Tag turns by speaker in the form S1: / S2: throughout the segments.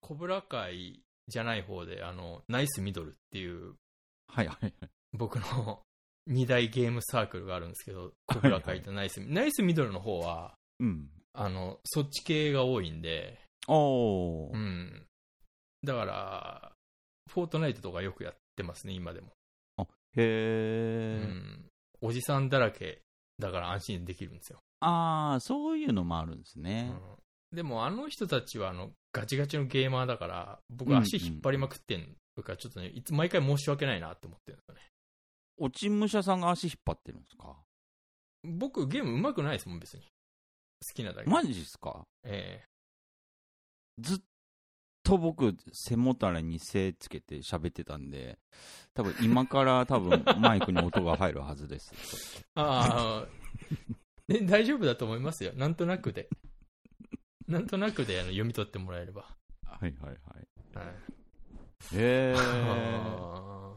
S1: コブラ会じゃない方で、あの、ナイスミドルっていう、
S2: はいはいはい。
S1: 僕の 二大ゲームサークルがあるんですけど、コブラ会とナイス、ナイスミドルの方は、
S2: うん。
S1: あの、そっち系が多いんで、
S2: おー。
S1: うん。だから、フォートナイトとかよくやってますね、今でも。う
S2: へー。
S1: ん。おじさんだらけだから安心できるんですよ。
S2: あー、そういうのもあるんです
S1: う
S2: ね。
S1: ん、でも、あの人たちは、あの、ガチガチのゲーマーだから、僕足引っ張りまくってんから、ちょっとね、いつ、毎回申し訳ないなって思ってるんですよね。
S2: おちんむしゃさんが足引っ張ってるんですか
S1: 僕、ゲーム上手くないですもん、別に。好きなだけ。
S2: マジですか
S1: え
S2: ずっと僕、背もたれに背つけて喋ってたんで、多分今から多分マイクに音が入るはずです。
S1: えああ、 ね、大丈夫だと思いますよ。なんとなくで。なんとなくであの読み取ってもらえれば。
S2: はいはいはい。
S1: はい。
S2: へ ー。
S1: あー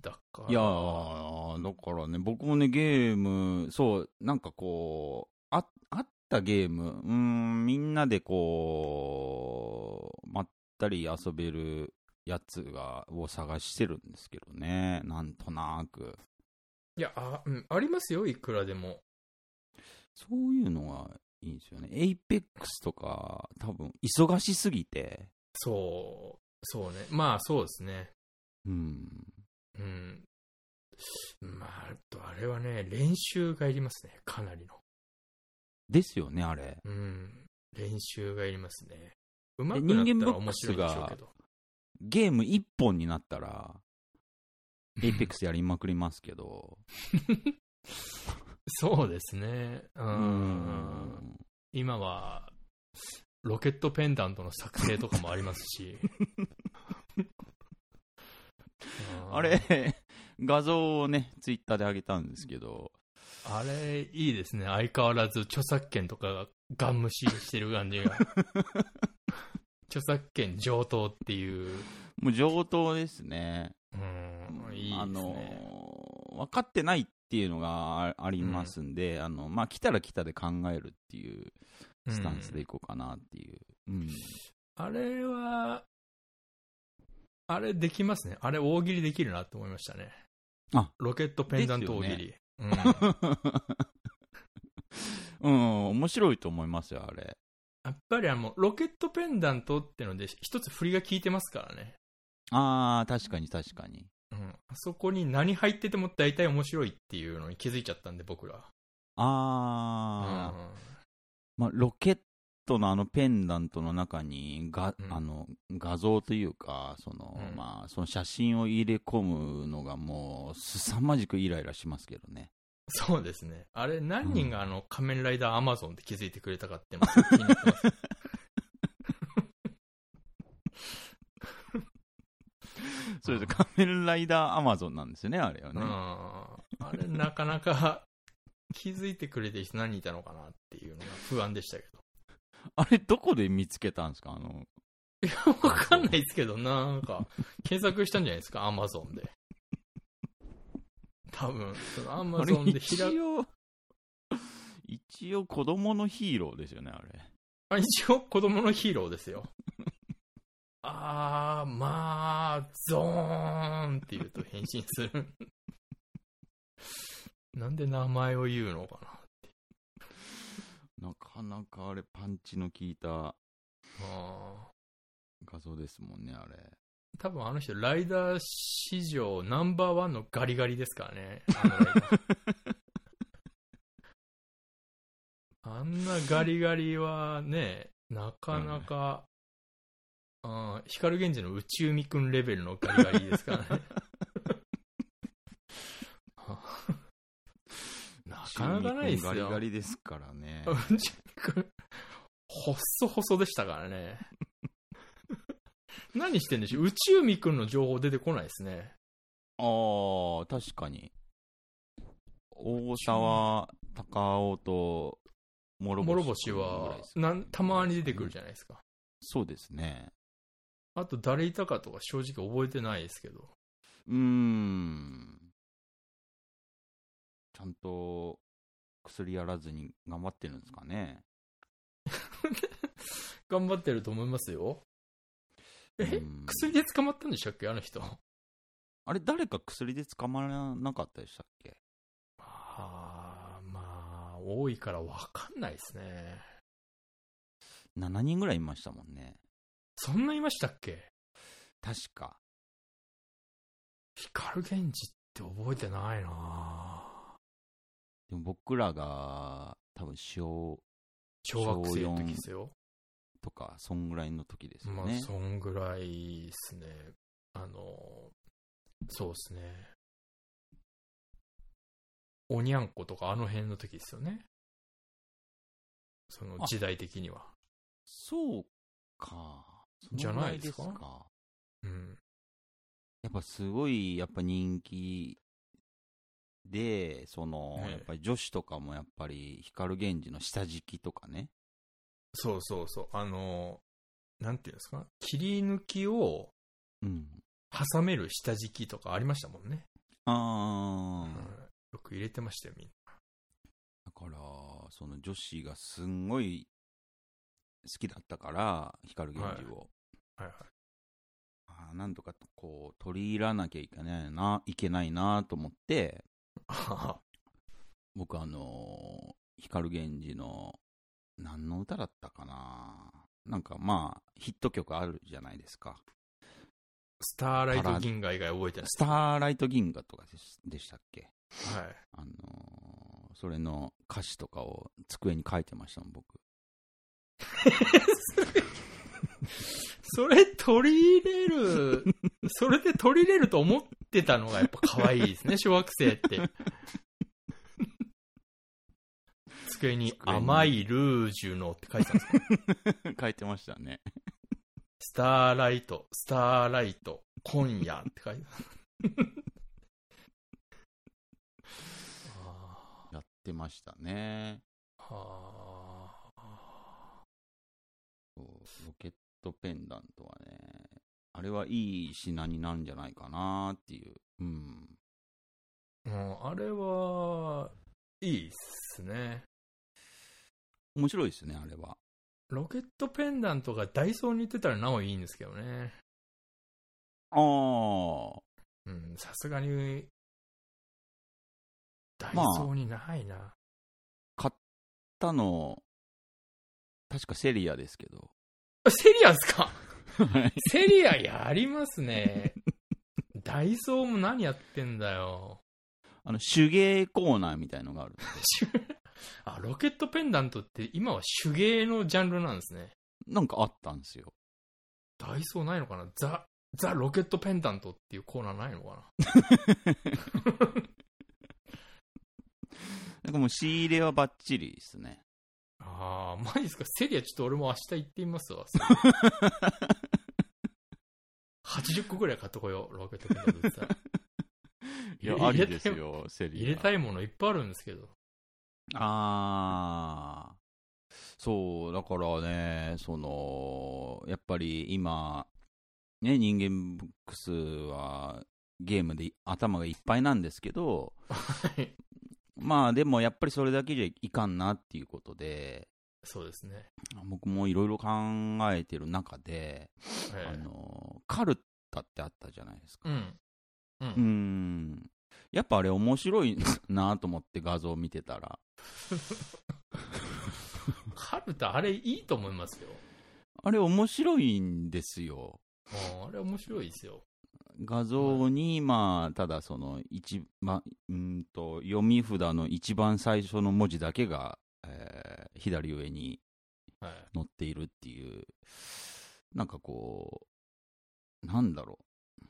S1: だから。
S2: いやー、だからね、僕もね、ゲーム、そう、なんかこう、ああったゲーム、うーん、みんなでこう、まったり遊べるやつが、を探してるんですけどね、なんとなく。
S1: いや、あ、うん、ありますよ、いくらでも。
S2: そういうのがいいんですよね。エイペックスとか、多分、忙しすぎて、
S1: そう、そうね。まあ、そうですね。
S2: うん。
S1: うん。まあ、あとあれはね、練習がいりますね。かなりの。
S2: ですよね、あれ。
S1: うん。練習がいりますね。うまくなったら面白いんでしょうけど。
S2: ゲーム一本になったら、 エイペックスやりまくりますけど、
S1: そうですね。う。
S2: うんん
S1: 今は、ロケットペンダントの作成とかもありますし。うん
S2: あれ、 画像をね、ツイッターで上げたんですけど、
S1: あれ、いいですね。相変わらず著作権とかがガン無視してる感じ が。著作権上等っていう。
S2: もう上等ですね。
S1: うん、いいですね。
S2: あの、分かってないっていうのがあありますんで、あの、まあ、来たら来たで考えるっていうスタンスでいこうかなっていう。うん
S1: あれは、あれできますね。あれ大喜利できるなって思いましたね。
S2: あ
S1: ロケットペンダント大喜利。うん、
S2: うん、面白いと思いますよ、あれ。
S1: やっぱりあの、ロケットペンダントってので、一つ振りが効いてますからね。
S2: あー、確かに確かに。
S1: うん。あそこに何入ってても大体面白いっていうのに気づいちゃったんで、僕ら。
S2: あー、
S1: うん
S2: まあ、ロケットのあのペンダントの中にが、
S1: うん
S2: あの画像というかその、
S1: うん
S2: まあ、その写真を入れ込むのがもう凄まじくイライラしますけ どね。
S1: そうですね。あれ、何人があの、仮面ライダーアマゾンって気づいてくれたかっていうのが気になってま す。
S2: それで仮面ライダーアマゾンなんですよね、あれは
S1: う
S2: ね。
S1: ん。あれ、なかなか気づいてくれてる人何人いたのかなっていうのが不安でしたけど。
S2: あれ、どこで見つけたんですかあの、
S1: わかんないですけど、なんか、検索したんじゃないですか、アマゾンで。多分、そのアマ
S2: あれ
S1: ゾンで
S2: 一
S1: 開く。
S2: 応、一応子供のヒーローですよね、あれ。
S1: あ一応、子供のヒーローですよ。あー、まあ、ゾーンって言うと変身する。なんで名前を言うのかな。
S2: なかなかあれ、パンチの効いた
S1: あー
S2: 画像ですもんね、あれ。
S1: 多分あの人、ライダー史上ナンバーワンのガリガリですからね。あのライダーあんなガリガリはね、なかなか、あー光源氏の宇宙みくんレベルのガリガリですからね。 なかなかないですよ
S2: ガリガリですから ね。
S1: 宇宙みくん、ほっそほそでしたからね。 何してんでしょう宇宙みくんの情報出てこないですね。
S2: ああ、確かに。大沢、高尾と、諸星。
S1: 諸星はなんたまに出てくるじ
S2: ゃ
S1: ゃ
S2: ん。
S1: ないですか。
S2: そうですね。
S1: あと誰いたかとか正直覚えてないですけど。
S2: うーん。ちゃんと、薬やらずに頑張ってるんですかね。
S1: 頑張ってると思いますよ。え
S2: うん
S1: 薬で捕まったんでしたっけあの人。
S2: あれ、誰か薬で捕まらなかったでしたっけ
S1: あーまあ、多いからわかんないですね。
S2: ?7 人ぐらいいましたもんね。
S1: そんないましたっけ
S2: 確か。
S1: 光源氏って覚えてないな
S2: でも僕らが、多分、小
S1: 小学生の時ですよ。
S2: とか、そんぐらいの時ですよ
S1: まあ、
S2: ね。
S1: そんぐらいですね。あの、そうですね。おにゃんことかあの辺の時ですよね。その
S2: あ
S1: 時代的には。
S2: そうか。その
S1: じゃないですか
S2: ぐらですか
S1: うん。
S2: やっぱすごい、やっぱ人気で、その、
S1: ね
S2: やっぱり女子とかもやっぱり、光源氏の下敷きとかね。
S1: そうそうそう。あの、なんていうんですか切り抜きを
S2: うん。
S1: 挟める下敷きとかありましたもんね。
S2: あ
S1: うん
S2: ー。
S1: よく入れてましたよ、みんな。
S2: だから、その女子がすんごい好きだったから、光源氏を。
S1: はいはい。
S2: ああなんとかこう取り入らなきゃいけないな、いけないなと思って、
S1: あ
S2: 僕あのー光源氏の、何の歌だったかななんかまあ、ヒット曲あるじゃないですか。
S1: スターライト銀河以外覚えてない。
S2: スターライト銀河とかでしでしたっけ
S1: はい。
S2: あのーそれの歌詞とかを机に書いてましたもん、僕。
S1: それ取り入れ る、それで取り入れると思ってたのがやっぱ可愛いです ね、小学生って。机に
S2: 机に
S1: 甘いルージュのって書いてたんですよ。
S2: 書いてましたね。
S1: スターライト、スターライト、今夜って書いてた。あ
S2: やってましたね。
S1: ーあ
S2: そうロケットペンダントはね、あれはいい品になるんじゃないかなっていう。うん。
S1: ー、うんあれは、いいっすね。
S2: 面白いですね、あれは。
S1: ロケットペンダントがダイソーに売ってたらなおいいんですけどね。
S2: ああ。
S1: うん、さすがに、ダイ
S2: まあ
S1: ソーにないな。
S2: 買ったの、確かセリアですけど。
S1: セリアですか
S2: はい。
S1: セリアやります ね。ダイソーも何やってんだ よ。
S2: あの、手芸コーナーみたいのがある。
S1: あ、ロケットペンダントって今は手芸のジャンルなんですね。
S2: なんかあったんですよ。
S1: ダイソーないのかなザ、ザ・ロケットペンダントっていうコーナーないのかな
S2: なんかもう仕入れはバッチリですね。
S1: ああ、マジですか。セリア、ちょっと俺も明日行ってみます わ。80個ぐらい買っとこよう、ロケットペンダントってさ
S2: いや、あ
S1: 入れ
S2: り
S1: たい
S2: ですよ、セリア。
S1: 入れたいものいっぱいあるんですけど。
S2: ああ。そう、だからね、その、やっぱり今、ね、人間ブックスはゲームで頭がいっぱいなんですけど、
S1: はい
S2: まあでもやっぱりそれだけじゃいかんなっていうことで、
S1: そうですね。
S2: 僕もいろいろ考えてる中で、
S1: ええ
S2: あの、カルタってあったじゃないですか。
S1: うん。う。
S2: うんん。やっぱあれ面白いなと思って画像見てたら。
S1: カルタ、あれいいと思いますよ。
S2: あれ面白いんですよ。
S1: うんあれ面白いですよ。
S2: 画像に、まあ、ただその一、ま、うーんと読み札の一番最初の文字だけが、えー左上に
S1: はい。
S2: 載っているっていう、なんかこう、なんだろう。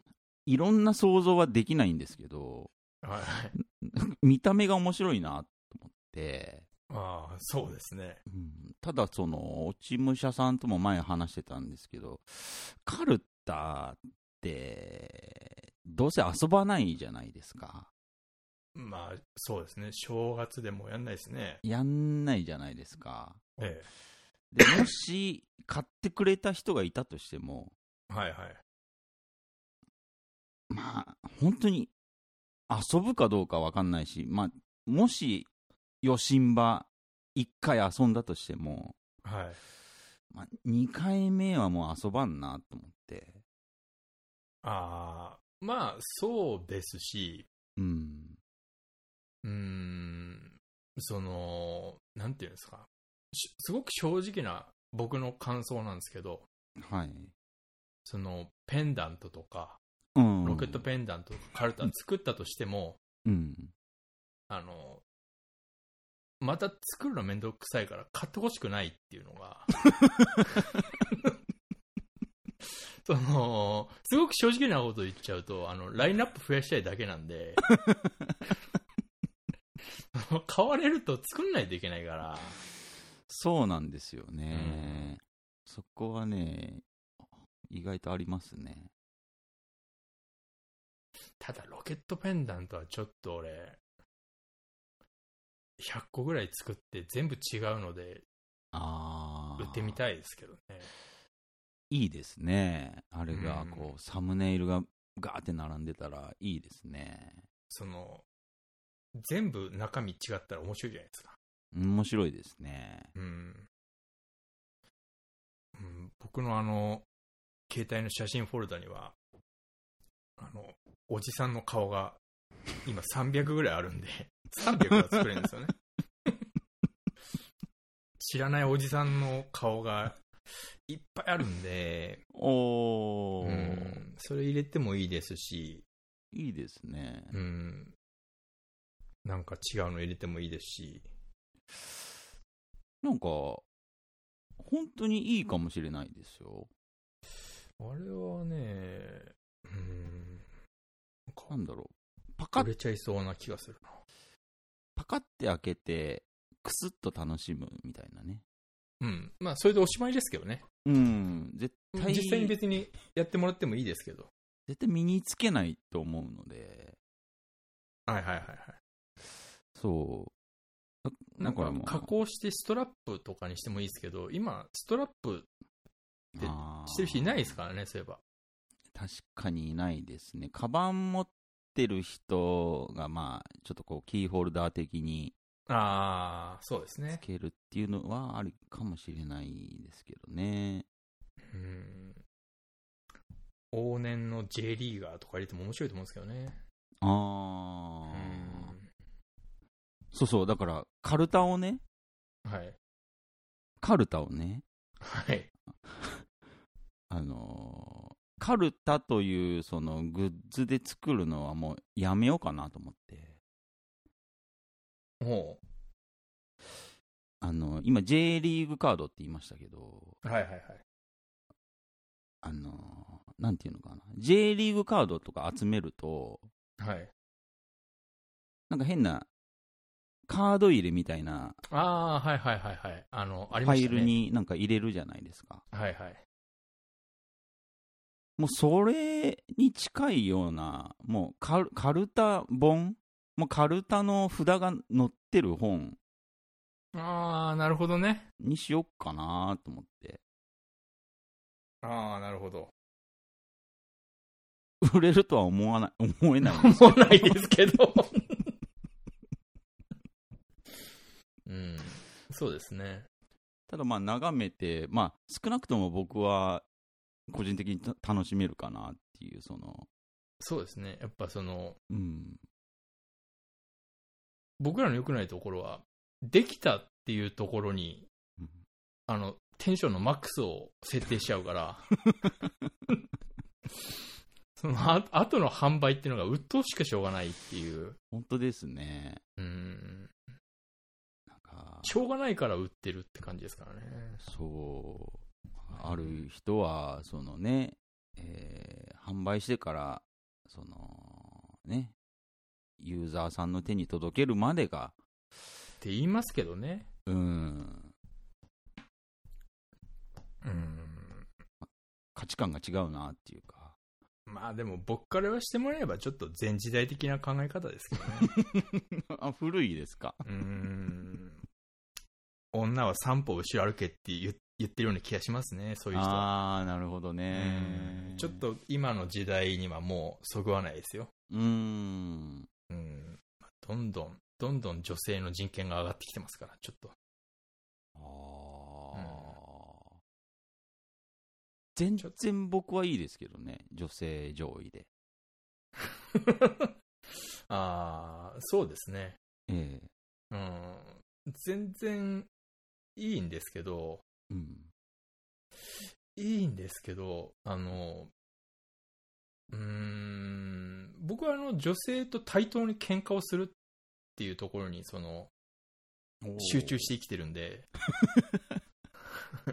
S2: いろんな想像はできないんですけど、
S1: はい。
S2: 見た目が面白いなと思って、
S1: ああ、そうですね。
S2: うんただその、落ち武者さんとも前話してたんですけど、カルタって、どうせ遊ばないじゃないですか。
S1: まあ、そうですね。正月でもやんないですね。
S2: やんないじゃないですか。
S1: え
S2: でもし、買ってくれた人がいたとしても、
S1: え。はいはい。
S2: まあ、本当に遊ぶかどうかわかんないし、まあ、もし、余震場、一回遊んだとしても、
S1: はい。
S2: まあ、二回目はもう遊ばんなと思って、
S1: ああ、まあ、そうですし、
S2: うん。
S1: うーん、その、なんていうんですか。しすごく正直な僕の感想なんですけど、
S2: はい。
S1: その、ペンダントとか、
S2: うん。
S1: ロケットペンダントとかカルタ作ったとしても、
S2: うん。
S1: あの、また作るのめんどくさいから買ってほしくないっていうのが、その、すごく正直なこと言っちゃうと、あの、ラインナップ増やしたいだけなんで、 あの買われると作んないといけないから、
S2: そうなんですよね。そこはね、意外とありますね。
S1: ただロケットペンダントはちょっと俺、100個ぐらい作って全部違うので、
S2: ああ。
S1: 売ってみ
S2: い。
S1: たいですけどね。
S2: いいですね。あれが、
S1: うん
S2: こう、サムネイルがガーって並んでたらいいですね。
S1: その、全部中身違ったら面白いじゃないですか。
S2: 面白いですね。
S1: うん。うん、僕のあの、携帯の写真フォルダには、あの、おじさんの顔が、今300ぐらいある んで、300は作れるんですよね。知らないおじさんの顔がいっぱいあるんで、
S2: おー、
S1: うんそれ入れてもいいですし、
S2: いいですね。
S1: うん、なんか違うの入れてもいいですし、
S2: なんか、本当にいいかもしれないですよ。
S1: あれはね、うん、な
S2: な
S1: ん
S2: ん
S1: か
S2: だろう。パカ
S1: 折
S2: ッ、
S1: れちゃいそうな気がするな。
S2: パカッて開けて、クスッと楽しむみたいなね。
S1: うん。まあ、それでおしまいですけどね。
S2: うん、絶対、
S1: 実際に
S2: 絶
S1: 別にやってもらってもいいですけど。
S2: 対身につけないと思うので、
S1: はいはいはいはい。
S2: そう。あ
S1: なんか
S2: もう
S1: 加工してストラップとかにしてもいいですけど、今、ストラップて
S2: あー
S1: してる人いないですからね、そういえば。
S2: 確かにいないですね。カバン持ってる人が、まあ、ちょっとこう、キーホルダー的に
S1: ああ、そうです
S2: つ
S1: ね。
S2: けるっていうのはあるかもしれないですけどね。
S1: うん。往年の J リーガーとか入れても面白いと思うんですけどね。う
S2: ああ、
S1: ん。
S2: そうそう、だから、カルタをね、
S1: はい。
S2: カルタをね、
S1: はい。
S2: あのーカルタというそのグッズで作るのはもうやめようかなと思って、
S1: も
S2: あのー今 J リーグカードって言いましたけど、
S1: う、はいはいはい。
S2: あのーなんていうのかな、J リーグカードとか集めると、
S1: はい。
S2: なんか変なカード入れみたいな
S1: ああ、はいはいはいはい。あの、あ
S2: フ
S1: りま
S2: ァ
S1: し
S2: イ
S1: たね。
S2: ル。になんか入れるじゃないですか。
S1: はいはい。
S2: もうそれに近いような、もうカルカルタ本、もうカルタの札が載ってる本
S1: ああ、なるほどね。
S2: にしよっかなと思って、
S1: ああ、なるほど。
S2: 売れるとは思わない、 思えないんです け
S1: も
S2: ど。
S1: うないですけど。うん。そうですね。
S2: ただまあ眺めて、まあ少なくとも僕は個人的にた楽しめるかなっていう、その、
S1: そうですね。やっぱその、
S2: うん、
S1: 僕らの良くないところは、できたっていうところに、
S2: うん
S1: あの、テンションのマックスを設定しちゃうから、 その、あ後の販売っていうのが鬱陶しくしょうがないっていう。
S2: 本当ですね。
S1: うん。
S2: なんか、
S1: しょうがないから売ってるって感じですからね。
S2: そう、ある人は、そのね、えー販売してから、そのね、ユーザーさんの手に届けるまでが、
S1: って言いますけどね。
S2: うん、
S1: うん。
S2: 価値観が違うなっていう か、
S1: まあでも僕からはしてもらえばちょっと前時代的な考え方ですけどね。
S2: あ古いですか。
S1: うーん。女は三歩後ろ歩けって言言ってるような気がしますね、そういう人は。
S2: ああ、なるほど
S1: うん
S2: ね。
S1: ちょっ、と今の時代にはもうそぐわないですよ。
S2: うん、
S1: うん。どんどん、どんどん女性の人権が上がってきてますから、ちょっと。
S2: あー全然僕はいいですけどね、女性上位で。
S1: ああ、そうですね。
S2: ええ
S1: うん。全然いいんですけど、
S2: うん。
S1: いいんですけど、あの、うーん、僕はあの女性と対等に喧嘩をするっていうところにその集中して生きてるんで、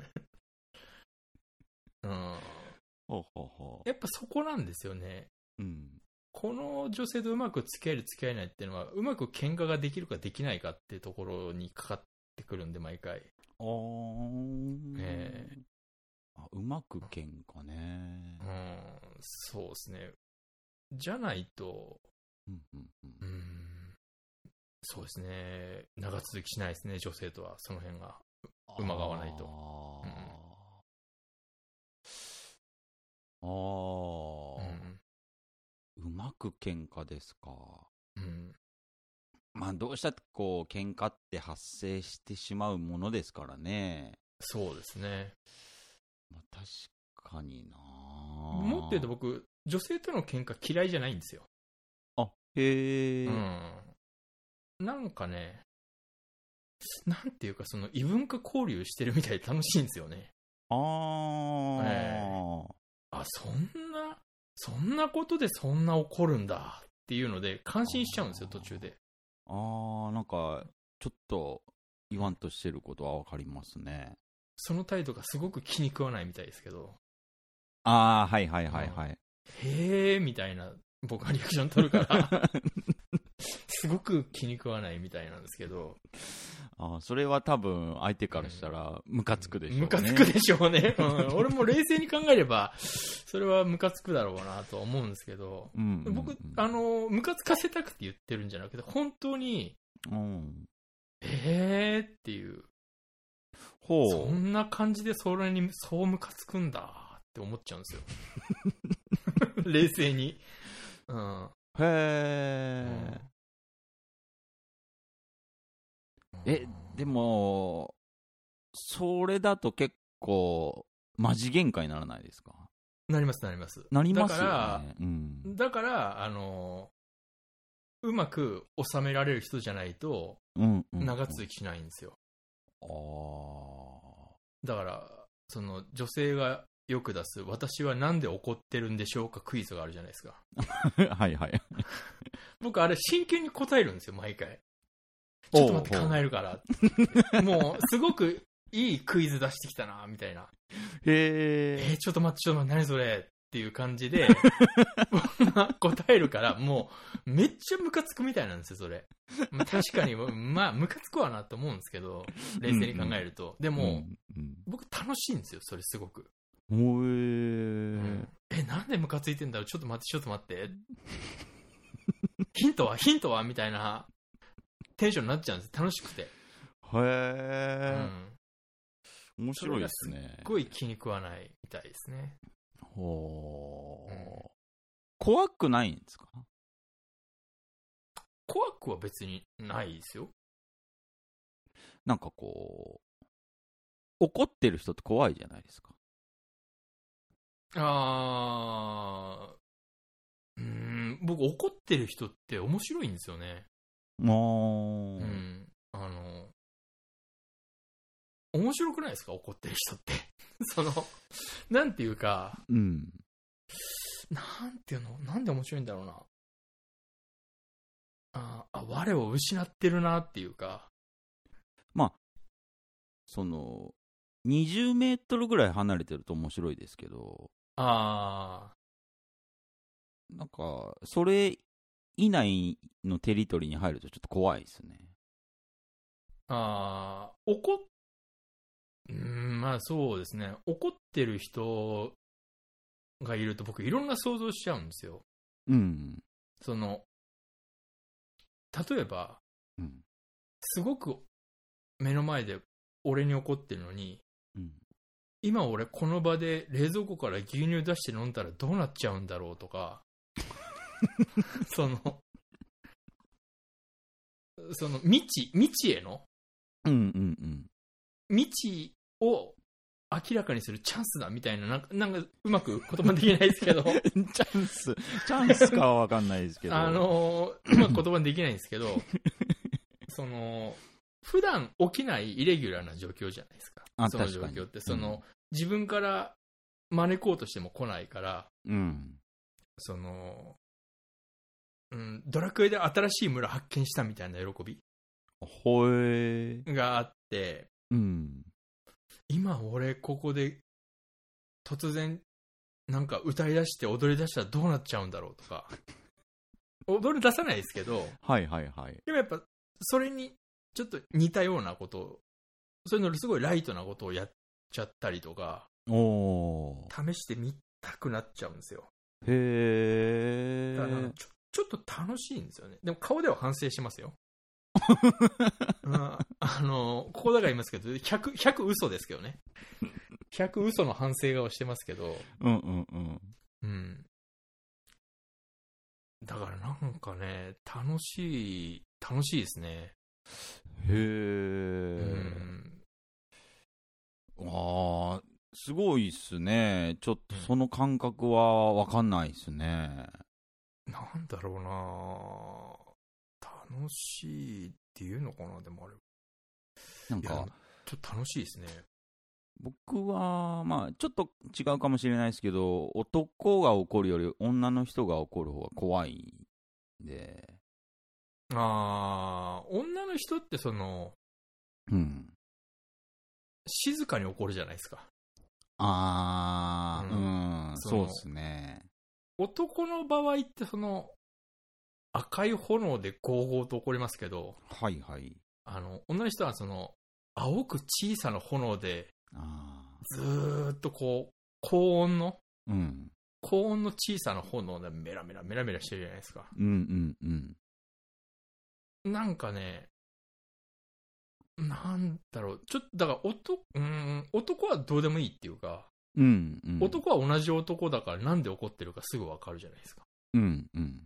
S1: うん、
S2: ほうほうほう。
S1: やっぱそこなんですよね。
S2: うん。
S1: この女性とうまく付き合える付き合えないっていうのは、うまく喧嘩ができるかできないかっていうところにかかってくるんで、毎回。
S2: あー
S1: え
S2: あうまく喧嘩ね
S1: う。ん、そうですね。じゃないと、
S2: うんうんう。
S1: うんん、そうですね。長続きしないですね、女性とは、その辺が。馬が合わないと
S2: あ
S1: う
S2: ーあー、
S1: ん、
S2: うまく喧嘩ですか。
S1: うん、
S2: まあ、どうしたってこう、喧嘩って発生してしまうものですからね。
S1: そうですね。
S2: まあ、確かにな
S1: もっと言うと僕、女性との喧嘩嫌いじゃないんですよ。
S2: あ、へえ、
S1: うん。なんかね、なんていうか、その異文化交流してるみたいで楽しいんですよね。
S2: ああ、
S1: えあ、そんな、そんなことでそんな怒るんだっていうので、感心しちゃうんですよ、途中で。
S2: ああ、なんか、ちょっと、言わんとしてることはわかりますね。
S1: その態度がすごく気に食わないみたいですけど、
S2: ああ、はいはいはいはい。
S1: へーみたいな、僕はリアクション取るから、 すごく気に食わないみたいなんですけど、
S2: あーそれは多分、相手からしたら、ムカつくでしょうね。
S1: ムカつくでしょうね。うん、俺も冷静に考えれば、それはムカつくだろうなとは思うんですけど、
S2: うんうんうん
S1: 僕、あ、の、ムカつかせたくて言ってるんじゃなくて、本当に、
S2: うん。
S1: えーっていう、
S2: ほう。
S1: そんな感じでそれにそうムカつくんだって思っちゃうんですよ。 冷静に。うん。
S2: へえ、え、で
S1: も、
S2: も、それだと結構、マジ喧嘩にならないですか
S1: なりますなります。
S2: なります
S1: だか
S2: よ、ね。
S1: ら、
S2: うん。
S1: だから、あの、うまく収められる人じゃないと、
S2: うん、うん。
S1: 長続きしないんですよ。
S2: ああ。
S1: だから、その、女性がよく出す、私はなんで怒ってるんでしょうかクイズがあるじゃないですか。
S2: はいはい。
S1: 僕、あれ、真剣に答えるんですよ、毎回。ちょっと待って考えるからって。もう、すごくいいクイズ出してきたな、みたいな。え
S2: へえ。
S1: ーちょっと待って、ちょっと待って、何それっていう感じ で、答えるから、もう、めっちゃムカつくみたいなんですよ、それ。まあ確かに、まあ、ムカつくわなと思うんですけど、冷静に考えると。でも、
S2: うん、
S1: 僕楽しいんですよ、それすごく。
S2: うん。おえ
S1: うんえ、なんでムカついてんだろうちょっと待って、ちょっと待って。ヒントはヒントはみたいなテンションになっちゃうんです。楽しくて。う
S2: へ
S1: ん。
S2: え。面白いですね
S1: す。ごい気に食わないみたいですね。
S2: ほ
S1: うん
S2: う。怖くないんですか
S1: 怖くは別にないですよ。
S2: なんかこう、怒ってる人って怖いじゃないですか。
S1: あー。うーん、僕怒ってる人って面白いんですよね。
S2: あ
S1: う
S2: あ。
S1: ん。あの、面白くないですか怒ってる人って。 その、なんていうか、
S2: うん。
S1: なんていうのなんで面白いんだろうな。あーあ、我を失ってるなっていうか。
S2: その、20メートルぐらい離れてると面白いですけど、
S1: あ
S2: なんか、それ以内のテリトリーに入るとちょっと怖いですね。
S1: あ、ああ、怒っ、うーん、まあそうですね。怒ってる人がいると僕いろんな想像しちゃうんですよ。
S2: うん。
S1: その、例えば、
S2: うん。
S1: すごく目の前で俺に怒ってるのに、
S2: うん。
S1: 今俺この場で冷蔵庫から牛乳出して飲んだらどうなっちゃうんだろうと かそのその未知未知への
S2: うんうんうん。
S1: 未知を明らかにするチャンスだみたいな、なんか、なんかうまく言葉できないですけ ど、
S2: チャンス、 チャンスかはわかんないですけど。
S1: あのーうまく言葉にできないんですけ ど、その、普段起きないイレギュラーな状況じゃないですか。
S2: あ
S1: その
S2: 確
S1: 状
S2: かに
S1: 況って、その、自分から招こうとしても来ないから、
S2: うん。
S1: その、うん、ドラクエで新しい村発見したみたいな喜び
S2: ほえー。
S1: があって、
S2: うん。
S1: 今俺ここで突然なんか歌い出して踊り出したらどうなっちゃうんだろうとか、踊り出さないですけど、
S2: はいはいはい。
S1: でもやっぱ、それにちょっと似たようなことを、そういうのすごいライトなことをやっちゃったりとか、
S2: お
S1: 試してみたくなっちゃうんですよ。
S2: ー。へ
S1: だからなん
S2: ー
S1: か。ちょちょっと楽しいんですよね。でも顔では反省します よ。うんあの、ここだから言いますけど、100、100嘘ですけどね。100嘘の反省顔してますけど、
S2: うんうんうん。
S1: うん。だからなんかね、楽しい、楽しいですね。う
S2: へー。
S1: ん。
S2: あーすごいっすね。ちょっとその感覚はわかんないっすね。
S1: なんだろうなぁ楽しいっていうのかなでもあれ。
S2: なん
S1: いや
S2: か、
S1: ちょっと楽しいですね。
S2: 僕は、まあ、ちょっと違うかもしれないですけど、男が怒るより女の人が怒る方が怖いんで。
S1: あー、女の人ってその、
S2: うん。
S1: 静かに怒るじゃないですか。
S2: あ
S1: う
S2: ー、うん、
S1: そ
S2: そう
S1: の
S2: っすね。
S1: 男の場合ってその、赤い炎でゴーゴーと怒りますけど、
S2: はいはい。
S1: あの、女の人はその、青く小さな炎で、
S2: あ
S1: ずーっとこう、高温の、
S2: ーうん。
S1: 高温の小さな炎でメラメラメラメラしてるじゃないですか。
S2: うんうんうん。
S1: なんかね、なんだろう、ちょっと、だから男、うーん、男はどうでもいいっていうか、
S2: うんうん。
S1: 男は同じ男だからなんで怒ってるかすぐわかるじゃないですか。
S2: うんうん。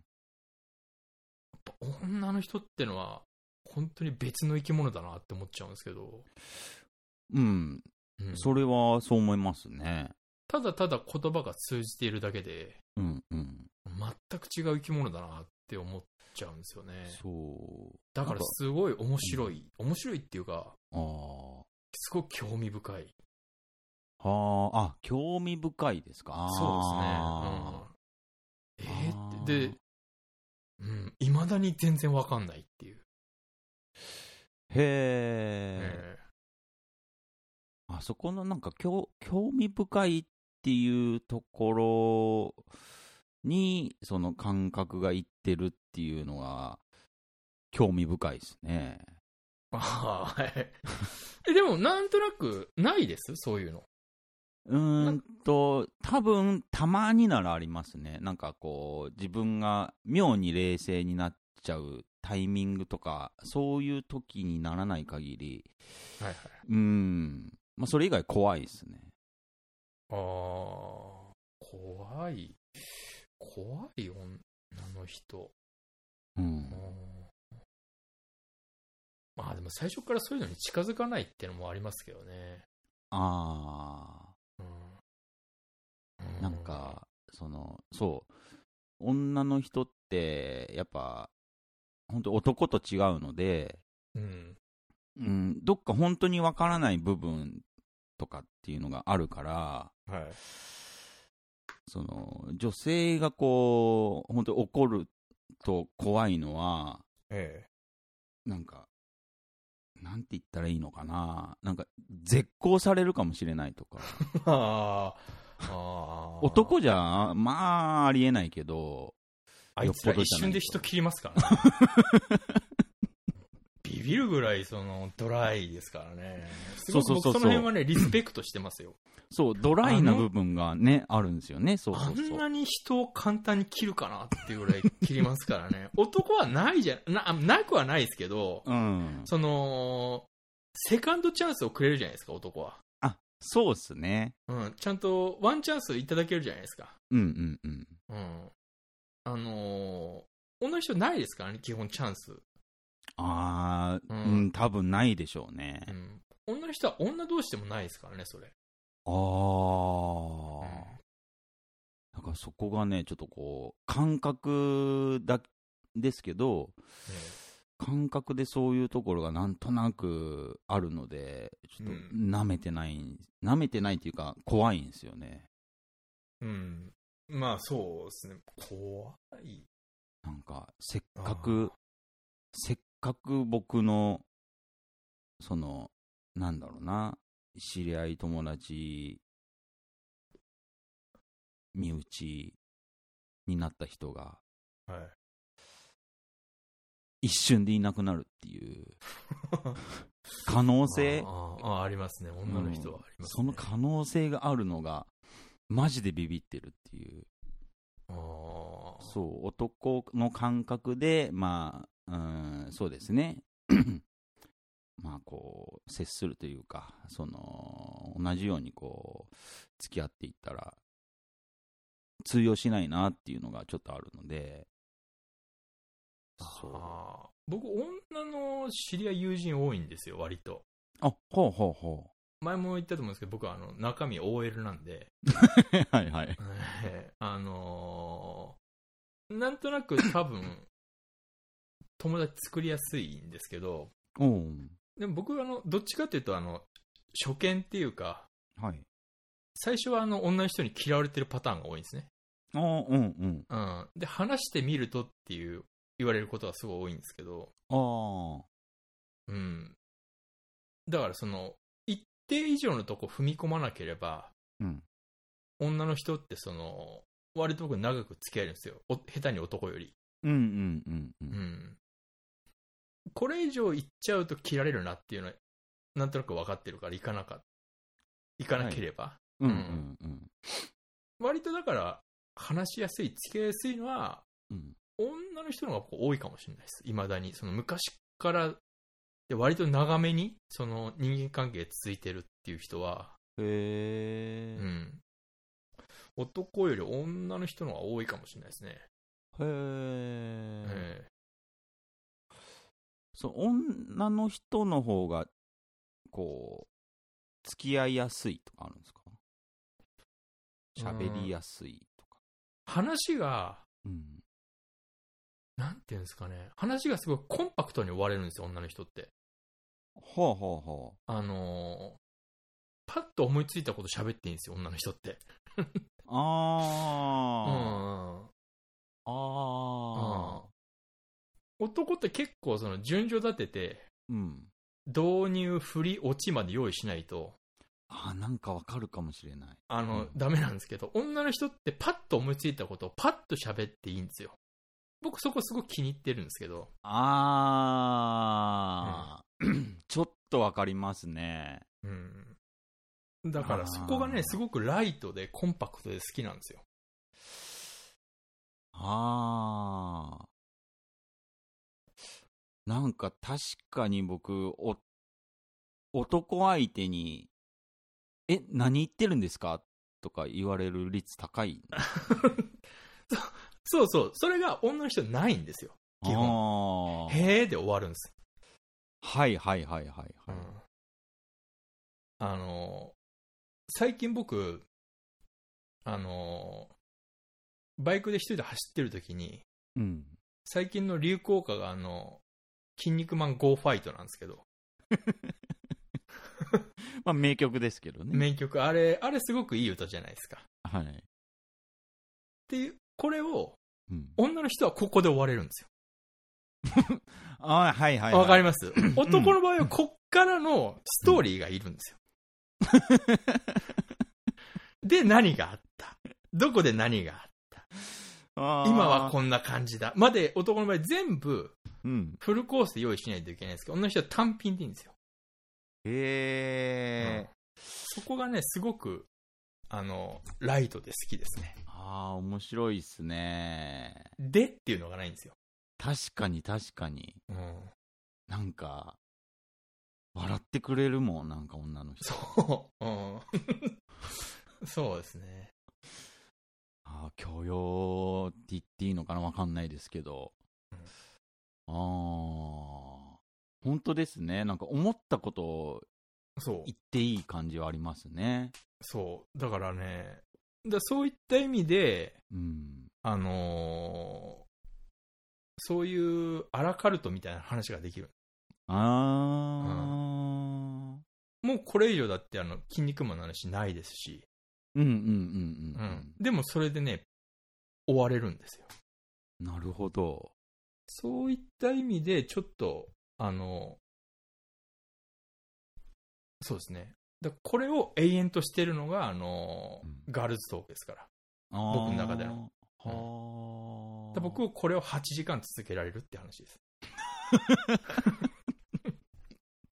S1: やっぱ女の人ってのは、本当に別の生き物だなって思っちゃうんですけど、
S2: うん。
S1: うん
S2: それはそう思いますね。
S1: ただただ言葉が通じているだけで、
S2: うんうん。
S1: 全く違う生き物だなって思っちゃうんですよね。
S2: そう。
S1: だからすごい面白い、面白いっていうか、
S2: あー。
S1: すごく興味深い。
S2: あーあ、興味深いですか。
S1: そうですね。うん、えー
S2: あー
S1: って、で、うん、いまだに全然わかんないっていう。
S2: すね。へえ。
S1: え
S2: あそこのなんか興興味深いっていうところに、その感覚がいってるっていうのが、興味深いですね。
S1: ーあーはい。え、でも、なんとなく、ないですそういうの。
S2: うーんと、多分たまにならありますね。なんかこう、自分が妙に冷静になっちゃうタイミングとか、そういう時にならない限り、
S1: はいはい。
S2: うーん、まあ、それ以外怖いですね。
S1: ああ、怖い。怖い女の人。
S2: う
S1: うん
S2: ん。
S1: まあでも最初からそういうのに近づかないっていうのもありますけどね。
S2: あ
S1: うん
S2: ー、なん、か、その、そう、女の人って、やっぱ、本当男と違うので、
S1: うん。
S2: うん、どっか本当にわからない部分とかっていうのがあるから、
S1: はい。
S2: その女性がこう本当に怒ると怖いのは
S1: え
S2: なんかなんて言ったらいいのかななんか絶交されるかもしれないとか
S1: え。あーあー。
S2: 男じゃまあありえないけど
S1: あいつら
S2: よっぽど
S1: 一
S2: じゃな
S1: 瞬
S2: いと
S1: で人切ります からね。ビビるぐらいそのドライですからね。すごく
S2: そうそうそうそ
S1: 僕
S2: う
S1: その辺はね、リスペクトしてますよ。
S2: そうドライな部分がねあるんですよねそう
S1: あ
S2: そうそ
S1: ん
S2: う
S1: なに人を簡単に切るかなっていうぐらい切りますからね。男はないじゃ、な、なくはないですけど、
S2: うん
S1: その、セカンドチャンスをくれるじゃないですか、男は。
S2: あそうっすね
S1: うん、ちゃんとワンチャンスいただけるじゃないですか。
S2: うんうんうん
S1: うん。あのー、女の人ないですからね、基本チャンス。
S2: あー
S1: う
S2: うんん、多分ないでしょうね
S1: う、ん、女の人は女同士でもないですからね、それ。
S2: あ
S1: う
S2: あ、
S1: ん
S2: なんかそこがね、ちょっとこう、感覚だですけど、感覚でそういうところがなんとなくあるので、ちょっと
S1: うん
S2: 舐めてない、舐めてないっていうか、怖いんですよね。
S1: うん。まあそうですね。怖い。
S2: なんか、せっ
S1: あー
S2: かく、せっかく僕の、その、なんだろうな、知り合い、友達、身内になった人が、
S1: はい。
S2: 一瞬でいなくなるっ ていう、可能性、
S1: ああああ、ありますね。女の人はあります、
S2: そ
S1: ね
S2: の可能性があるのが、マジでビビってるっていう。
S1: ああ。
S2: そう、男の感覚で、まあ、うん、そうですね。 まあ、こう、接するというか、その、同じようにこう、付き合っていったら、通用しないなっていうのがちょっとあるので、そう。あ、
S1: ああ僕、女の知り合い友人多いんですよ、割と。
S2: ほうほうほ
S1: 前も言ったと思うんですけど、僕はあの中身 OL なんで、
S2: う。 はいはい。
S1: えー あのーなんとなく多分、 友達作りやすいんですけど、
S2: うん。
S1: でも僕はあの、どっちかっていうと、あの、初見っていうか、
S2: はい。
S1: 最初はあの、女の人に嫌われてるパターンが多いんですね。
S2: ああ、うんうん。
S1: うん。で、話してみるとっていう、言われることはすごい多いんですけど、
S2: あ
S1: うん。だからその、一定以上のとこ踏み込まなければ、
S2: あ。うん。
S1: 女の人ってその、割と僕長く付き合えるんですよ。お下手に男より。
S2: うんうんうんう。
S1: うんん。これ以上行っちゃうと切られるなっていうのは、なんとなく分かってるから、行かなかっ行かなければ。
S2: うんうんうん。
S1: 割とだから、話しやすい、付き合いやすいのは、
S2: うん。
S1: 女の人の方が僕多いかもしれないです。未だに。その昔から、で割と長めに、その人間関係続いてるっていう人は、
S2: へえ。
S1: うん。男より女の人の方が多いかもしれないですね。
S2: へ
S1: え
S2: え。
S1: え
S2: そう、女の人の方が、こう、付き合いやすいとかあるんですか喋りやすいとか。
S1: 話が、
S2: うん。
S1: なんていうんですかね。話がすごいコンパクトに終われるんですよ、女の人って。
S2: ほうほうほ
S1: あのーパッと思いついたこと喋っていいんですよ、女の人って。
S2: う。あ
S1: うん。
S2: あ。ああ。
S1: 男って結構その順序立てて、
S2: うん。
S1: 導入、振り、落ちまで用意しないと、
S2: ああ、なんかわかるかもしれない。
S1: あの、
S2: うん
S1: ダメなんですけど、女の人ってパッと思いついたことをパッと喋っていいんですよ。僕そこすごく気に入ってるんですけど、
S2: ああ。 ちょっとわかりますね。
S1: うん。だから
S2: あー
S1: そこがね、すごくライトでコンパクトで好きなんですよ。
S2: ああ。なんか確かに僕、お、男相手に、え、何言ってるんですかとか言われる率高 い。
S1: そうそう、それが女の人ないんですよ。基
S2: 本
S1: へーで終わるんです。
S2: はいはいはいはいはい。
S1: あの、最近僕、あの、バイクで一人で走ってる時に、
S2: うん。
S1: 最近の流行歌があの、筋肉マン GO ファイトなんですけど、
S2: まあ名曲ですけどね。
S1: 名曲、あれ、あれすごくいい歌じゃないですか。っ
S2: はい。
S1: ていう、これを、
S2: うん。
S1: 女の人はここで終われるんですよ。
S2: あーはいはいはい。
S1: わかります男の場合はこっからのストーリーがいるん ですよ。で、何があったどこで何があった
S2: あー
S1: 今はこんな感じだ。まで、男の場合全部
S2: うん。
S1: フルコースで用意しないといけないんですけど、女の人は単品でいいんですよ。
S2: へ
S1: うん
S2: え。
S1: そこがね、すごく、あの、ライトで好きですね。
S2: ああ、面白いっすね。
S1: でっていうのがないんですよ。
S2: 確かに確かに。
S1: うん。
S2: なんか、笑ってくれるもん、なんか女の人。
S1: そう。うん。 そうですね。
S2: ああ、教養って言っていいのかなわかんないですけど。
S1: うん
S2: ああ、本当ですね。なんか思ったことを
S1: そう
S2: 行っていい感じはありますね。
S1: そうだからねだからそういった意味で
S2: うん。
S1: あのーそういうアラカルトみたいな話ができる
S2: あー。
S1: もうこれ以上だってあの筋肉マンの話ないですし、
S2: うんうんうん
S1: う
S2: うんん、
S1: でもそれでね追われるんですよ
S2: うん。なるほど。
S1: そういった意味で、ちょっと、あの、そうですね。だこれを永遠としてるのが、あの、
S2: うん
S1: ガールズトークですから。
S2: 僕
S1: 僕の中では
S2: はー
S1: だ僕、これを8時間続けられるって話で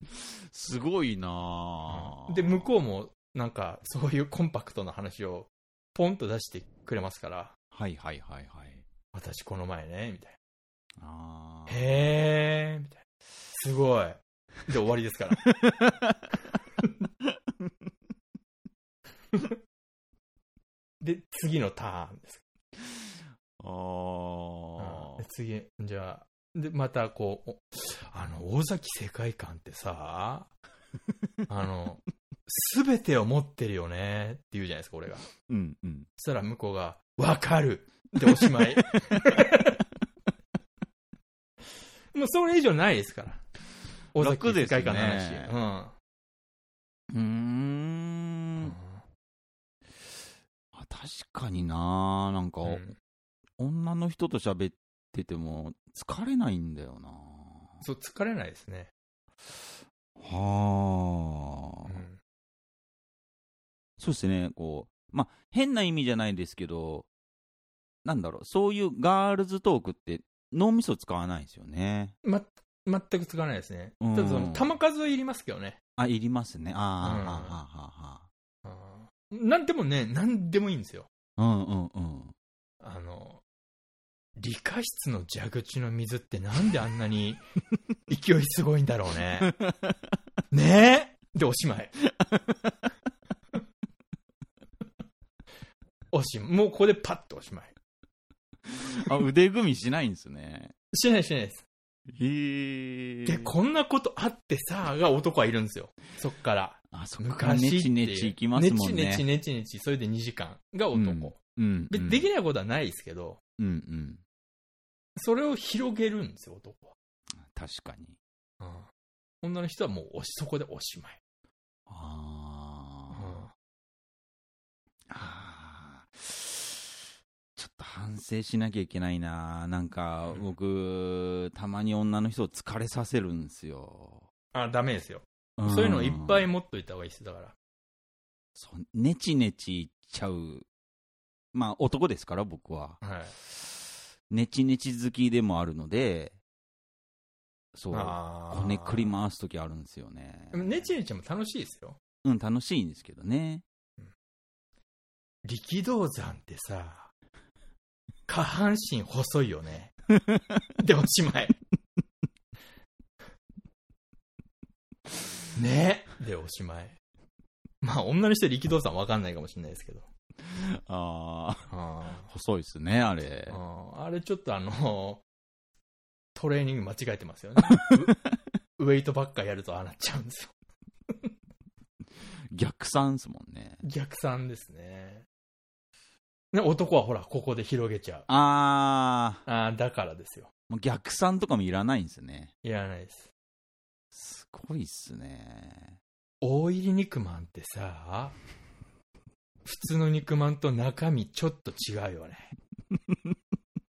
S1: す。
S2: すごいな
S1: で、向こうも、なんか、そういうコンパクトな話を、ポンと出してくれますから、
S2: う。はいはいはいはい。
S1: 私この前ね、みたい
S2: あ
S1: な。
S2: ー
S1: へー、みたいな。すごい。で、終わりですから。で、次のターンです。
S2: あー
S1: で次じゃあでまたこうおあの大崎世界観ってさあの全てを持ってるよねって言うじゃないですか俺がそ
S2: うんうん。
S1: したら向こうが「わかる!」でおしま いもうそれ以上ないですから大崎世界観の話、
S2: 楽ですね
S1: うん
S2: うーん。あ確かにななんか、
S1: うん
S2: 女の人と喋ってても疲れないんだよな
S1: そう疲れないですね、
S2: は
S1: う
S2: あ、
S1: ん
S2: そうですねこうまあ変な意味じゃないですけどなんだろうそういうガールズトークって脳みそ使わないですよね
S1: ま、全く疲れないですね
S2: うん
S1: ただその球数はいりますけどね
S2: あいりますねあ
S1: う
S2: ー
S1: ん
S2: あ
S1: うんなんでもね、なんでもいいんですよ。
S2: ー、あーあーあーうんうんうん
S1: あの、理科室の蛇口の水ってなんであんな に勢いすごいんだろうね。ねえで、おしま い。おしまいもうここでパッとおしまい。
S2: あ腕組みしないんですね
S1: しないしないです。
S2: へえ
S1: で、こんなことあってさ、が男はいるんですよ。そっから。
S2: あそっか
S1: 昔って
S2: ネ
S1: いう。
S2: チネチいきますもんね
S1: ネチネチネチネチ、それで2時間が男。
S2: うん
S1: 別にできないことはないですけど、
S2: うんうん
S1: それを広げるんですよ、男
S2: 確かに
S1: は。女の人はもうおし、そこでおしまい。
S2: ああ、あーちょっと反省しなきゃいけないな。なんか
S1: う、ん
S2: 僕、たまに女の人を疲れさせるんですよ。
S1: あ、ダメですよ。そういうのをいっぱい
S2: ん
S1: 持っといた方がいいです、だから。
S2: そうネチネチいっちゃう。まあ、男ですから、僕は。
S1: はい
S2: ネチネチ好きでもあるので、そう、
S1: あー
S2: こねくり回すときあるんですよね。
S1: でもねちねちも楽しいですよ。
S2: うん、楽しいんですけどね。
S1: 力道山って さ、下半身細いよね。で、おしま い。ね。で、おしまい。まあ、女の人は力道山わかんないかもしれないですけど。
S2: ああ、
S1: あー
S2: 細いですね、あれ。
S1: うんあれちょっとあの、 トレーニング間違えてますよね。ウウェイトばっかやるとああなっちゃうんですよ。
S2: 逆算ですもんね。
S1: 逆算ですね。ね男はほら、ここで広げちゃう。
S2: ああ、
S1: ああ、だからですよ。
S2: もう逆算とかもいらないんですね。
S1: いらないです。
S2: すごいっすね。
S1: 大入り肉まんってさ、普通の肉まんと中身ちょっと違うよ ね。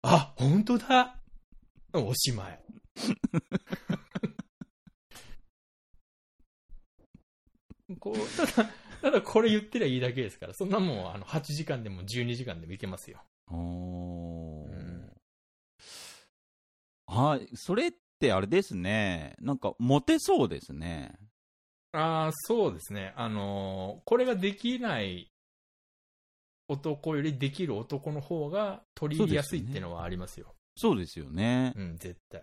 S1: あ、本当だおしまい。 こう、ただ、ただこれ言ってりゃいいだけですから、そんなもん、あの、8時間でも12時間でもいけますよ。
S2: おー
S1: うん
S2: はい、それってあれですね。なんか、モテそうですね。
S1: ああ、そうですね。あのーこれができない男よりできる男の方が取り入れやすいっていうのはありますよ。
S2: そうですよね。
S1: うん、絶対。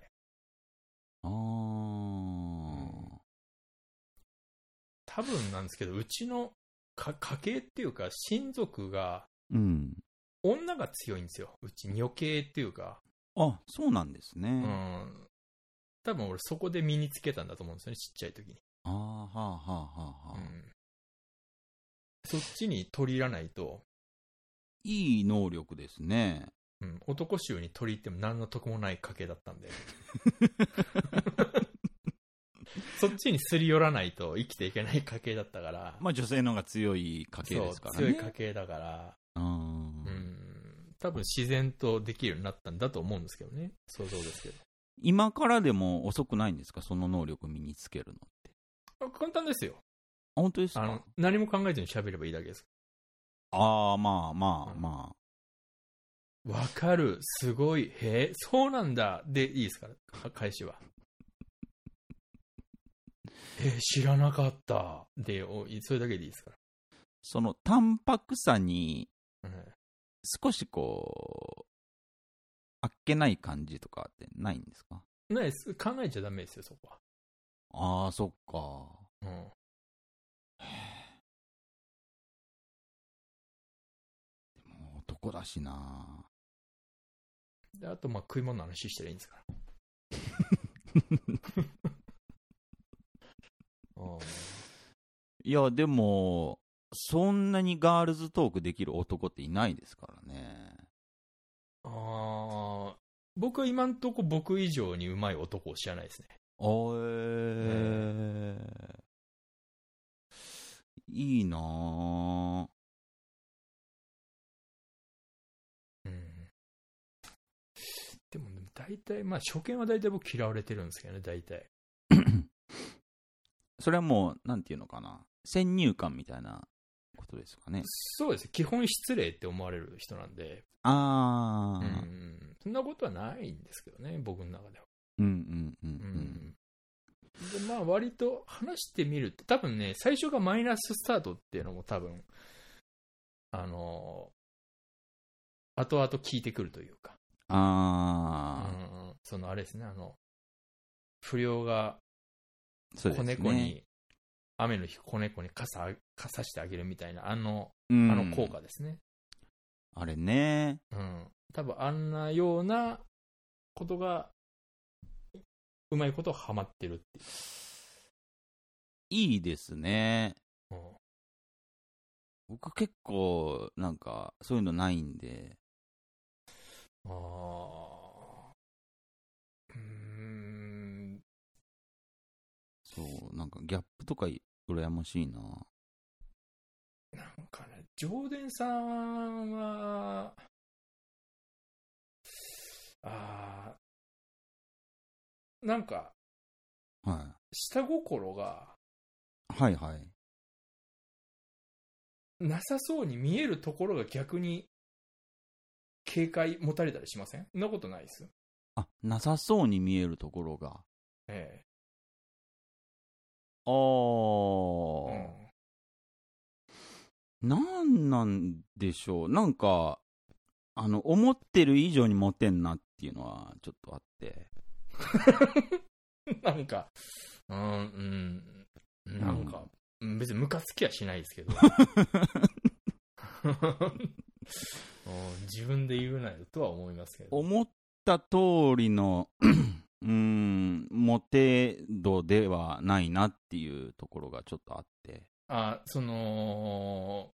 S1: 多分なんですけど、うちのか家系っていうか、親族が、
S2: あーうん。
S1: 女が強いんですよ。うち女系っていうか、
S2: あ、そうなんです
S1: う
S2: ね。
S1: ん。多分俺そこで身につけたんだと思うんですよね、ちっちゃい時に。
S2: ああ、はあ、はあ、はあ、はあ
S1: うんそっちに取り入らないと、
S2: いい能力ですね。
S1: うん、男衆に取り入っても何の得もない家系だ ったんで。そっちにすり寄らないと生きていけない家系だったから。
S2: まあ、女性の方が強い家系ですからね。
S1: そう強い家系だから、
S2: うん
S1: うん、多分自然とできるようになったんだと思うんですけどね。想像ですけど。
S2: 今からでも遅くないんですかその能力身につけるのって。
S1: あ簡単ですよ。
S2: あ、本当です
S1: あ
S2: か
S1: の、何も考えずに喋ればいいだけです。
S2: ああ、まあまあ
S1: うん
S2: ま
S1: わかる、すごい、へえ、そうなんだ、でいいですから、か返しは。えー、知らなかった、で、おいそれだけでいいですか
S2: あ、その、淡白さに
S1: ら。うん
S2: 少しこう、あっけない感じとかってないんですか
S1: ないです考えちゃダメですよ、そこは。
S2: ああ、そっか。
S1: うん、
S2: でも男だしな。
S1: であと、まあ、食い物の話したらいいんですから。 うん
S2: いや、でも、そんなにガールズトークできる男っていないですからね。
S1: あー僕は今んとこ僕以上にうまい男を知らないですね。
S2: おえいいなぁ。
S1: う んでも、大体、まあ、初見は大体僕嫌われてるんですけどね、大体。
S2: それはもう、なんていうのかな。先入観みたいなことですかね。
S1: そうです。基本失礼って思われる人なんで、
S2: あ
S1: う
S2: あ、
S1: ん、そんなことはないんですけどね、僕の中では。
S2: うん、うんうんう
S1: うんんでまあ、割と話してみると、多分ね、最初がマイナススタートっていうのも多分、あのー後々聞いてくるというか、
S2: ああ、
S1: うんうんそのあれですね、あの、不良が
S2: そう
S1: 子
S2: ですね。
S1: 猫に、雨の日子猫に傘あ、傘してあげるみたいな、あの、
S2: うん、
S1: あの効果ですね。
S2: あれね。
S1: うん。多分あんなようなことが、うまいことハマってるってい
S2: いいですね。
S1: う。うん
S2: 僕結構、なんか、そういうのないんで。
S1: あーうーん
S2: そう、なんかギャップとか羨ましいな。
S1: なんかね、上田さんは、あーなんか、
S2: は
S1: 下心が、
S2: い。はいはい。
S1: なさそうに見えるところが逆に警戒持たれたりしませんそんなことないです。
S2: あ、なさそうに見えるところが。
S1: ええ。
S2: あー。なんなんでしょう。なんか、あの、思ってる以上にモテんなっていうのはちょっとあって。
S1: うん なんか、うん、うん、なんか、うん別にムカつきはしないです けど。うん自分で言うなよとは思いますけど。
S2: 思った通りの、 うーん、モテ度ではないなっていうところがちょっとあって。
S1: あ、その、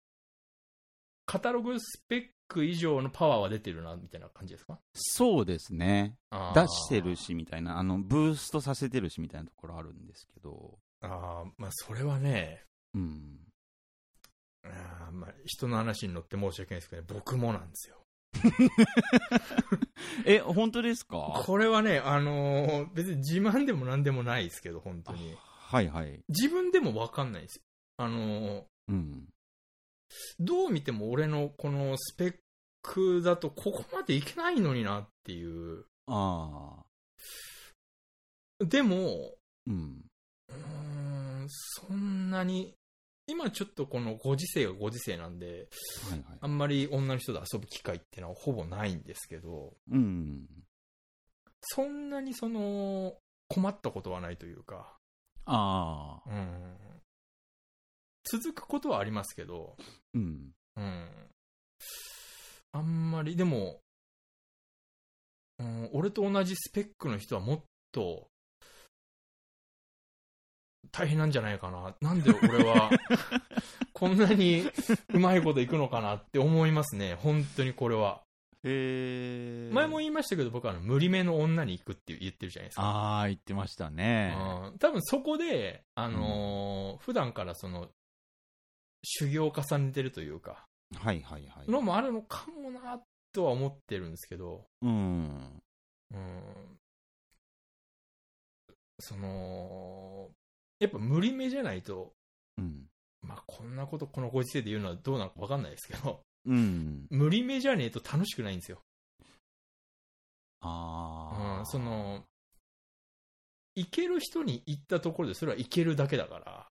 S1: カタログスペック以上のパワーは出てるな、みたいな感じですか
S2: そうですね。
S1: あー
S2: 出してるしみたいな、あの、ブーストさせてるしみたいなところあるんですけど。
S1: ああ、まあ、それはね、
S2: うん。
S1: あーまあ、人の話に乗って申し訳ないですけど、ね、僕もなんですよ。
S2: え、本当ですか
S1: これはね、あのー別に自慢でも何でもないですけど、本当に。
S2: はいはい。
S1: 自分でもわかんないですよ。あのー
S2: うん。
S1: どう見ても俺のこのスペックだとここまでいけないのになっていう。
S2: ああ。
S1: でも、
S2: うん。
S1: うーん、そんなに、今ちょっとこのご時世がご時世なんで、
S2: はいはい
S1: あ。んまり女の人と遊ぶ機会ってのはほぼないんですけど、
S2: うん。
S1: そんなにその、困ったことはないというか、
S2: ああ。
S1: うん。続くことはありますけど、
S2: うん。
S1: うん。あんまり、でも、うん、俺と同じスペックの人はもっと大変なんじゃないかな。なんで俺は、こんなにうまいこといくのかなって思いますね。本当にこれは。
S2: へー
S1: 前も言いましたけど、僕はあの無理めの女に行くって言ってるじゃないですか。
S2: ああ、言ってましたね。
S1: うん多分そこで、あのー普段からその、修行を重ねてるというか、
S2: はいはいはい。
S1: のもあるのかもな、とは思ってるんですけど、
S2: うん。
S1: うん、その、やっぱ無理めじゃないと、
S2: うん。
S1: まあ、こんなことこのご時世で言うのはどうなのか分かんないですけど、
S2: うん。
S1: 無理めじゃねえと楽しくないんですよ。
S2: あ
S1: う
S2: あ。
S1: ん、そ、の、行ける人に行ったところでそれは行けるだけだから、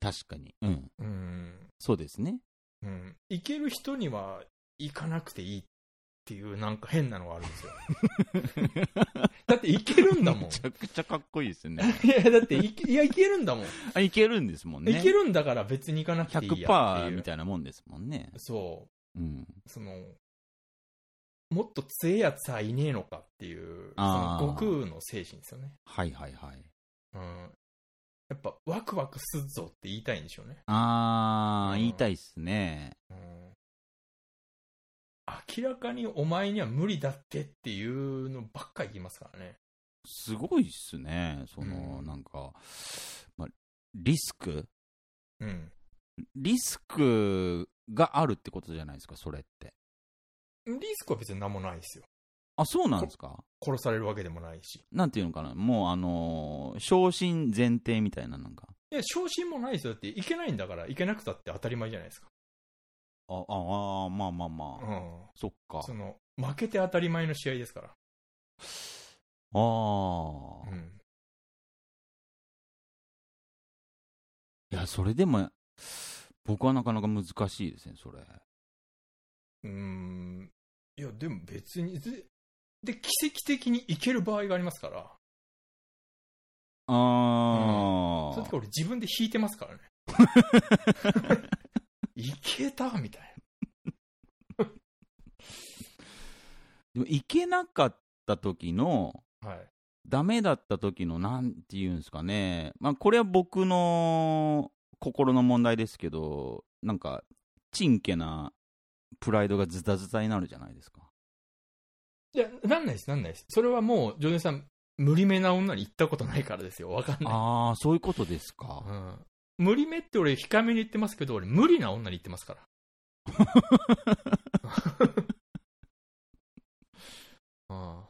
S2: 確かに。うん。
S1: うん、
S2: そうですね。
S1: うん、行ける人には行かなくていいっていうなんか変なのがあるん ですよ。だって行けるんだもん
S2: め。ちゃくちゃかっこいいですね。
S1: いや、だって行け、いや、行けるんだもん。
S2: あ、いけるんですもんね。
S1: 行けるんだから別に行かなくていいやってい
S2: ?100%
S1: う。
S2: みたいなもんですもんね。
S1: そ
S2: うん。
S1: う。その、もっと強えやつはいねえのかっていう、そ
S2: あー
S1: の悟空の精神ですよね。
S2: はいはいはい。
S1: うん。やっぱ、ワクワクすっぞって言いたいんでしょうね。
S2: ああ、
S1: うん
S2: 言いたいっすね。
S1: うん明らかにお前には無理だってっていうのばっかり言いますからね。
S2: すごいっすね。その、
S1: うん
S2: なんか、まあ、リスク
S1: うん。
S2: リスクがあるってことじゃないですか、それって。
S1: リスクは別に何もないですよ。
S2: あ、そうなんですか
S1: 殺されるわけでもないし。
S2: なんていうのかなもう、あのー昇進前提みたいな、なんか。
S1: いや、昇進もないですよ。だって、いけないんだから、いけなくたって当たり前じゃないですか。
S2: あ、ああー、まあまあま
S1: う
S2: あ。
S1: ん。
S2: そっか。
S1: その、負けて当たり前の試合ですから。
S2: ああ、
S1: う
S2: い
S1: ん。
S2: や、それでも、僕はなかなか難しいですね、それ。
S1: うーん。いや、でも別に、で、で奇跡的にいける場合がありますから。
S2: あ
S1: そ
S2: あ、
S1: の時俺自分で引いてますからね。いけたみたい
S2: でも行けなかった時の、
S1: な。はい。
S2: ダメだった時の、なんていうんですかね。まあ、これは僕の心の問題ですけど、なんか、ちんけなプライドがズタズタになるじゃないですか。
S1: いや、なんないです、なんないです。それはもう、ジョネさん、無理めな女に行ったことないからですよ。わかんない。
S2: ああ、そういうことですか
S1: う。ん無理めって俺、控えめに言ってますけど、俺、無理な女に言ってますから。うん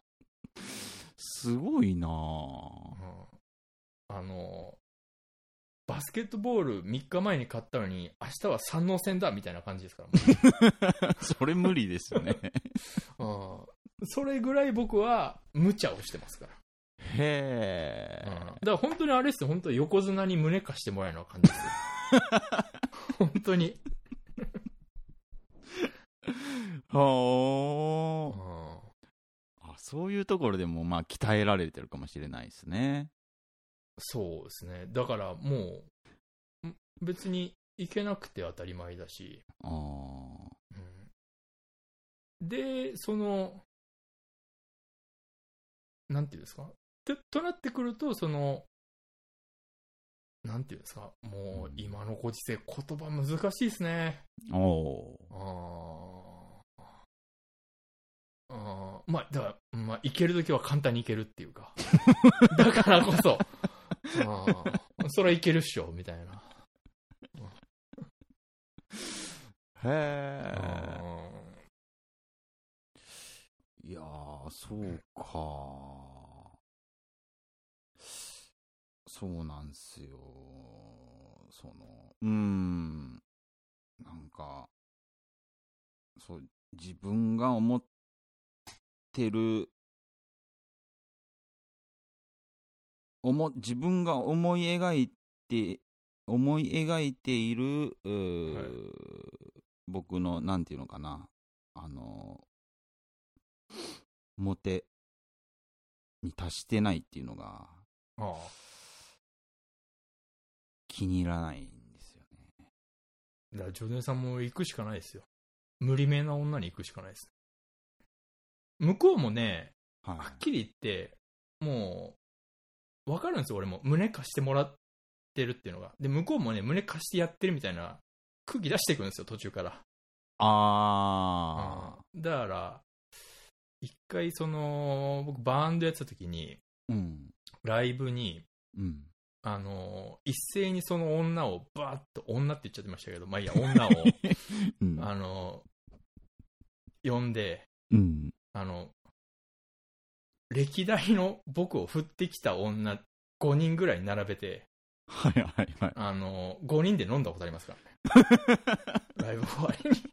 S2: すごいなあ
S1: うんあの、バスケットボール3日前に買ったのに、明日は山王戦だみたいな感じですから
S2: それ無理ですね。
S1: もう、うんそれぐらい僕は無茶をしてますから。
S2: へ
S1: うんだ
S2: え
S1: か。ら本当にあれですよ、本当に横綱に胸貸してもらえるような感じです よ。本当に。
S2: は
S1: うん
S2: あ。あそういうところでも、まあ、鍛えられてるかもしれないですね。
S1: そうですね。だからもう、ん別に行けなくて当たり前だし、
S2: ああ。
S1: うんで、その、なんていうんですかてとなってくると、その、なんていうんですかもう今のご時世、言葉難しいですね。
S2: おお
S1: あーあーまあ、だから、まあ、いけるときは簡単にいけるっていう か。だからこそ、あーそれはいけるっしょ、みたいな。
S2: ー。へえ。
S1: あ
S2: いやー、そうか。そうなんすよ。その、うーん。なんか、そう、自分が思ってる、思自分が思い描いて、思い描いている、うー
S1: はい
S2: 僕の、なんていうのかな、あの、モテに達してないっていうのが
S1: ーあ
S2: 気に入らないんですよね。
S1: ー。だから、ジョネさんも行くしかないですよ。無理めな女に行くしかないです。向こうもね、
S2: はい
S1: はっきり言って、もう、わかるんですよ、俺も。胸貸してもらってるっていうのが。で、向こうもね、胸貸してやってるみたいな空気出してくるんですよ、途中から。
S2: あ
S1: うんだから、一回その、僕バンドやってた時に、
S2: ー。うん。
S1: ライブに、
S2: うん。
S1: あのー一斉にその女をバーッと女って言っちゃってましたけど、まあいいや、 女を、
S2: うん。
S1: あのー呼んで、
S2: うん。
S1: あの、歴代の僕を振ってきた女5人ぐらい並べて、
S2: はいはいはい。
S1: あのー5人で飲んだことあります からね。ライブ終わりに。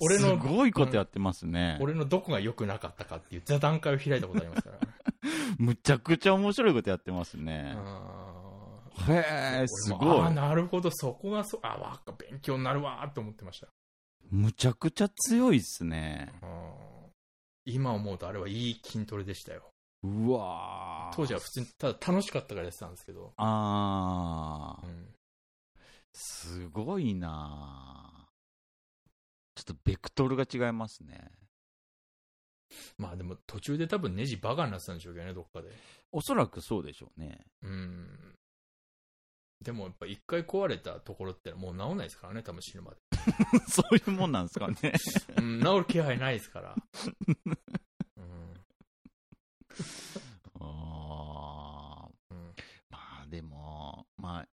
S1: 俺の
S2: すごいことやってますね。
S1: 俺のどこが良くなかったかっていう座談会を開いたことありますから。
S2: むちゃくちゃ面白いことやってますね。
S1: あー
S2: へえ、す
S1: 俺もあ
S2: ご
S1: ー
S2: い。
S1: なるほど、そこがそう、あ、わ勉強になるわーって思ってました。
S2: むちゃくちゃ強いっすね。
S1: うん今思うとあれはいい筋トレでしたよ。
S2: うわー
S1: 当時は普通に、ただ楽しかったからやってたんですけど。
S2: あ
S1: う
S2: ー、
S1: ん
S2: すごいなーちょっとベクトルが違いますね。
S1: まあでも途中で多分ネジバカになってたんでしょうけどね、どっかで。
S2: おそらくそうでしょう ね。
S1: うん。でもやっぱ一回壊れたところってもう治んないですからね、多分死ぬまで。
S2: そういうもんなんですか ね。
S1: うん、治る気配ないです から。うん
S2: あー
S1: うん
S2: まあでも、まあ、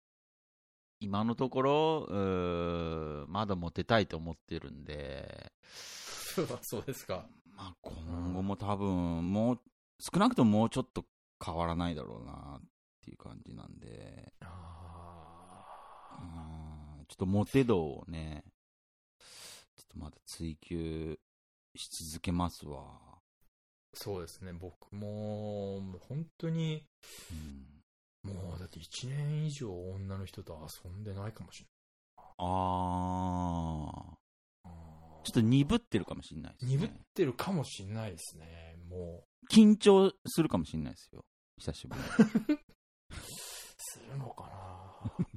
S2: 今のところ、うーまだモテたいと思ってるんで、
S1: そうですか。
S2: まあ今後も多分、もう、少なくとももうちょっと変わらないだろうなっていう感じなんで、
S1: あ
S2: うんちょっとモテ度をね、ちょっとまだ追求し続けますわ。
S1: ーそうですね、僕も、もう本当に、
S2: うん
S1: もうだって1年以上女の人と遊んでないかもしれ
S2: あ
S1: ない。
S2: ー、ちょっと鈍ってるかもしれないですね。
S1: 鈍ってるかもしれないですね、もう。
S2: 緊張するかもしれないですよ。久しぶりに。
S1: するのかな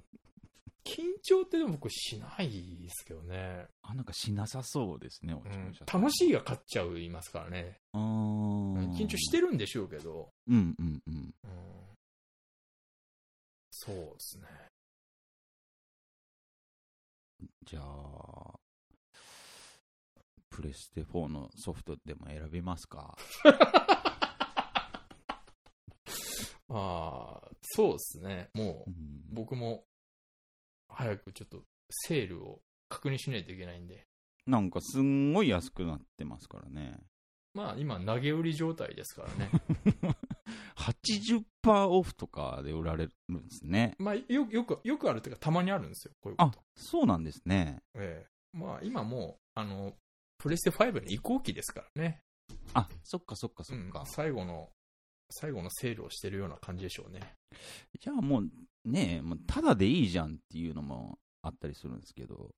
S1: 緊張ってでも僕しないですけどね。
S2: あ、なんかしなさそうですね、
S1: うん楽しい
S2: い。
S1: が勝っちゃいますからね。
S2: あー
S1: 緊張してるんでしょうけど。
S2: うんうんうん。
S1: うんそうですね。
S2: じゃあ、プレステ4のソフトでも選びますか。
S1: ああ、そうですね。も
S2: う
S1: う、
S2: ん
S1: 僕も、早くちょっと、セールを確認しないといけないんで。
S2: なんかすんごい安くなってますからね。
S1: まあ、今、投げ売り状態ですから ね。
S2: 80%オフとかで売られるんですね。
S1: まあ、よよく、よくあるというか、たまにあるんですよ、こういうこ
S2: あ
S1: と。、
S2: そうなんですね。
S1: ええまあ、今もう、あの、プレステ5の移行期ですからね。
S2: あ、そっかそっかそっ
S1: うん
S2: か。
S1: 最後の、最後のセールをしてるような感じでしょうね。
S2: じゃあもうねえ、もうただでいいじゃんっていうのもあったりするんですけど、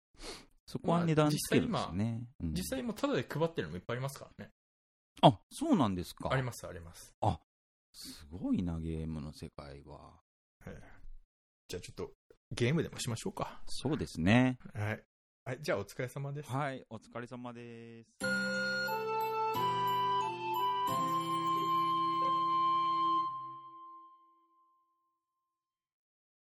S2: そこは値段つけるんですね。うん
S1: 実際もうタダで配ってるのもいっぱいありますからね。
S2: あ、そうなんですか。
S1: あります、あります。
S2: すごいな、ゲームの世界は。
S1: じゃあちょっと、ゲームでもしましょうか。
S2: そうですね。
S1: はい。はい、じゃあお疲れ様です。
S2: はい、お疲れ様です。